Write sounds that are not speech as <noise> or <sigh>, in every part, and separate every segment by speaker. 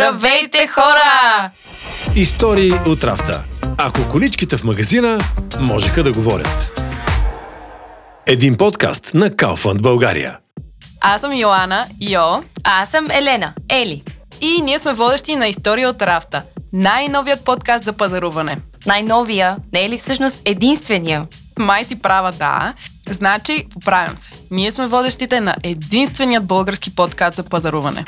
Speaker 1: Здравейте, хора!
Speaker 2: Истории от рафта. Ако количките в магазина можеха да говорят. Един подкаст на Kaufland България.
Speaker 1: Аз съм Йоана, Йо,
Speaker 3: Аз съм Елена, Ели.
Speaker 1: и ние сме водещи на История от Рафта. Най-новият подкаст за пазаруване.
Speaker 3: Най-новия, не е ли всъщност единствения?
Speaker 1: Май си права, да. Значи, поправям се. Ние сме водещите на единственият български подкаст за пазаруване.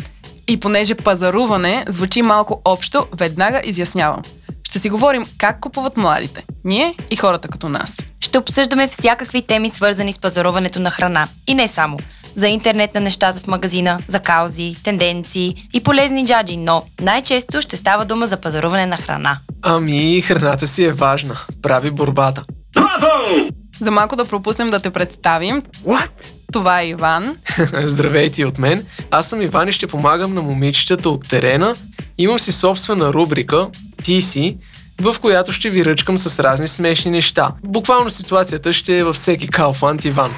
Speaker 1: И понеже пазаруване звучи малко общо, веднага изяснявам. Ще си говорим как купуват младите. Ние и хората като нас.
Speaker 3: Ще обсъждаме всякакви теми, свързани с пазаруването на храна. И не само. За интернет на нещата в магазина, за каузи, тенденции и полезни джаджи, но най-често ще става дума за пазаруване на храна.
Speaker 4: Ами, храната си е важна. Прави борбата. <laughs>
Speaker 1: За малко да пропуснем да те представим.
Speaker 4: What?
Speaker 1: Това е Иван.
Speaker 4: Здравейте и от мен. Аз съм Иван и ще помагам на момичетата от терена. Имам си собствена рубрика Ти си, в която ще ви ръчкам с разни смешни неща. Буквално ситуацията ще е във всеки Калфант Иван.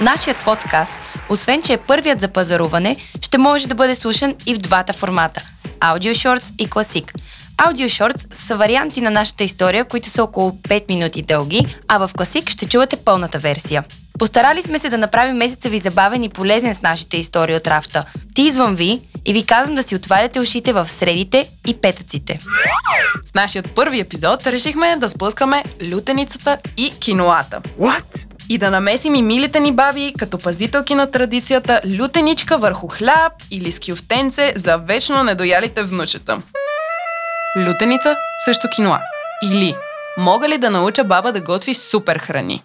Speaker 3: Нашият подкаст, освен че е първият за пазаруване, ще може да бъде слушан и в двата формата – Audio Shorts и Classic. Audio Shorts са варианти на нашата история, които са около 5 минути дълги, а в Classic ще чувате пълната версия. Постарали сме се да направим месеца ви забавен и полезен с нашите истории от рафта. Ти извън ви и ви казвам да си отваряте ушите в средите и петъците.
Speaker 1: В нашият първи епизод решихме да сблъскаме лютеницата и киноата.
Speaker 4: What?
Speaker 1: И да намесим и милите ни баби, като пазителки на традицията, лютеничка върху хляб или с кюфтенце за вечно недоялите внучета. Лютеница също киноа. Или мога ли да науча баба да готви супер храни?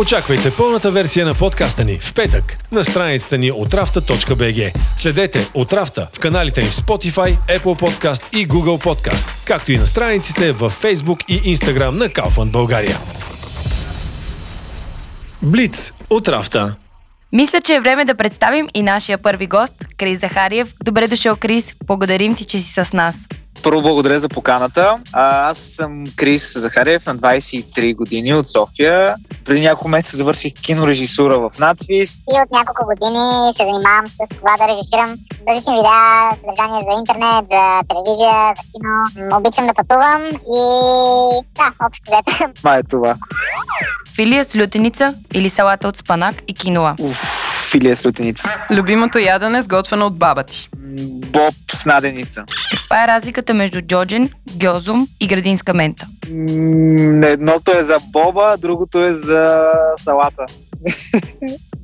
Speaker 2: Очаквайте пълната версия на подкаста ни в петък на страницата ни от rafta.bg. Следете от рафта в каналите ни в Spotify, Apple Podcast и Google Podcast, както и на страниците във Facebook и Instagram на Kaufland България. Блиц от рафта.
Speaker 3: Мисля, че е време да представим и нашия първи гост, Крис Захариев. Добре дошъл, Крис. Благодарим ти, че си с нас.
Speaker 5: Първо благодаря за поканата. А, аз съм Крис Захарев на 23 години от София. Преди няколко месеца завърших кинорежисура в надвис.
Speaker 6: и от няколко години се занимавам с това да режисирам различни видеа, съдържание за интернет, за телевизия, за кино. М, Обичам да пътувам и да, общо взето.
Speaker 5: Това е това.
Speaker 3: Филия с лютеница или салата от спанак и киноа.
Speaker 5: Уф, филия с лютеница.
Speaker 1: Любимото ядене, сготвено от баба ти.
Speaker 5: М, Боб с наденица.
Speaker 3: Каква е разликата между джоджен, гьозум и градинска мента?
Speaker 5: М, Едното е за Боба, другото е за салата. <laughs>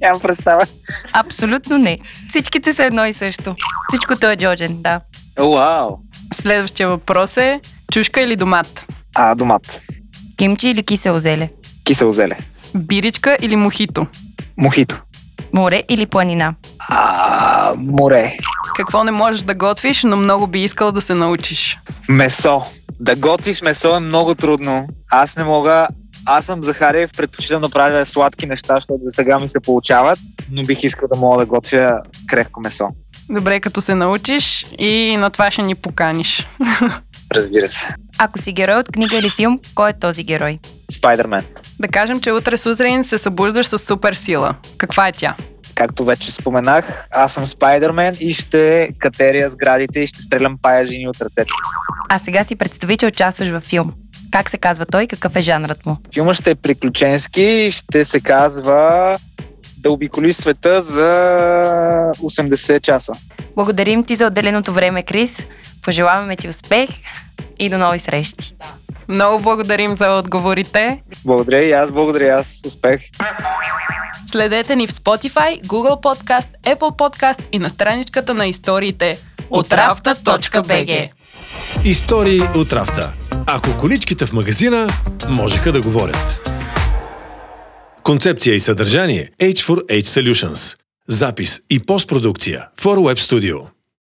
Speaker 5: Нямам представа.
Speaker 3: Абсолютно не. Всичките са едно и също. Всичкото е джоджен, да.
Speaker 5: Уау!
Speaker 1: Следващия въпрос е чушка или домат?
Speaker 5: А, домат.
Speaker 3: Кимчи или кисело зеле?
Speaker 5: Кисело зеле.
Speaker 1: Биричка или мохито?
Speaker 5: Мохито.
Speaker 3: Море или планина?
Speaker 5: А, море.
Speaker 1: Какво не можеш да готвиш, но много би искал да се научиш?
Speaker 5: Месо. Да готвиш месо е много трудно. Аз не мога. Аз съм Захариев, предпочитам да правя сладки неща, защото за сега ми се получават, но бих искал да мога да готвя крехко месо.
Speaker 1: Добре, като се научиш и на това ще ни поканиш.
Speaker 5: Разбира се.
Speaker 3: Ако си герой от книга или филм, кой е този герой?
Speaker 5: Спайдермен.
Speaker 1: Да кажем, че утре сутрин се събуждаш с супер сила. Каква е тя?
Speaker 5: Както вече споменах, аз съм Спайдермен и ще катеря сградите и ще стрелям паяжини от ръцете си.
Speaker 3: А сега си представи, че участваш във филм. Как се казва той и какъв е жанрът му?
Speaker 5: Филмът ще е приключенски и ще се казва да обиколи света за 80 часа.
Speaker 3: Благодарим ти за отделеното време, Крис. Пожелаваме ти успех и до нови срещи.
Speaker 1: Много благодарим за отговорите.
Speaker 5: Благодаря и аз, благодаря и аз. Успех!
Speaker 1: Следете ни в Spotify, Google Podcast, Apple Podcast и на страничката на историите от rafta.bg.
Speaker 2: Истории от рафта. Ако количките в магазина можеха да говорят. Концепция и съдържание H4H Solutions. Запис и постпродукция for Web Studio.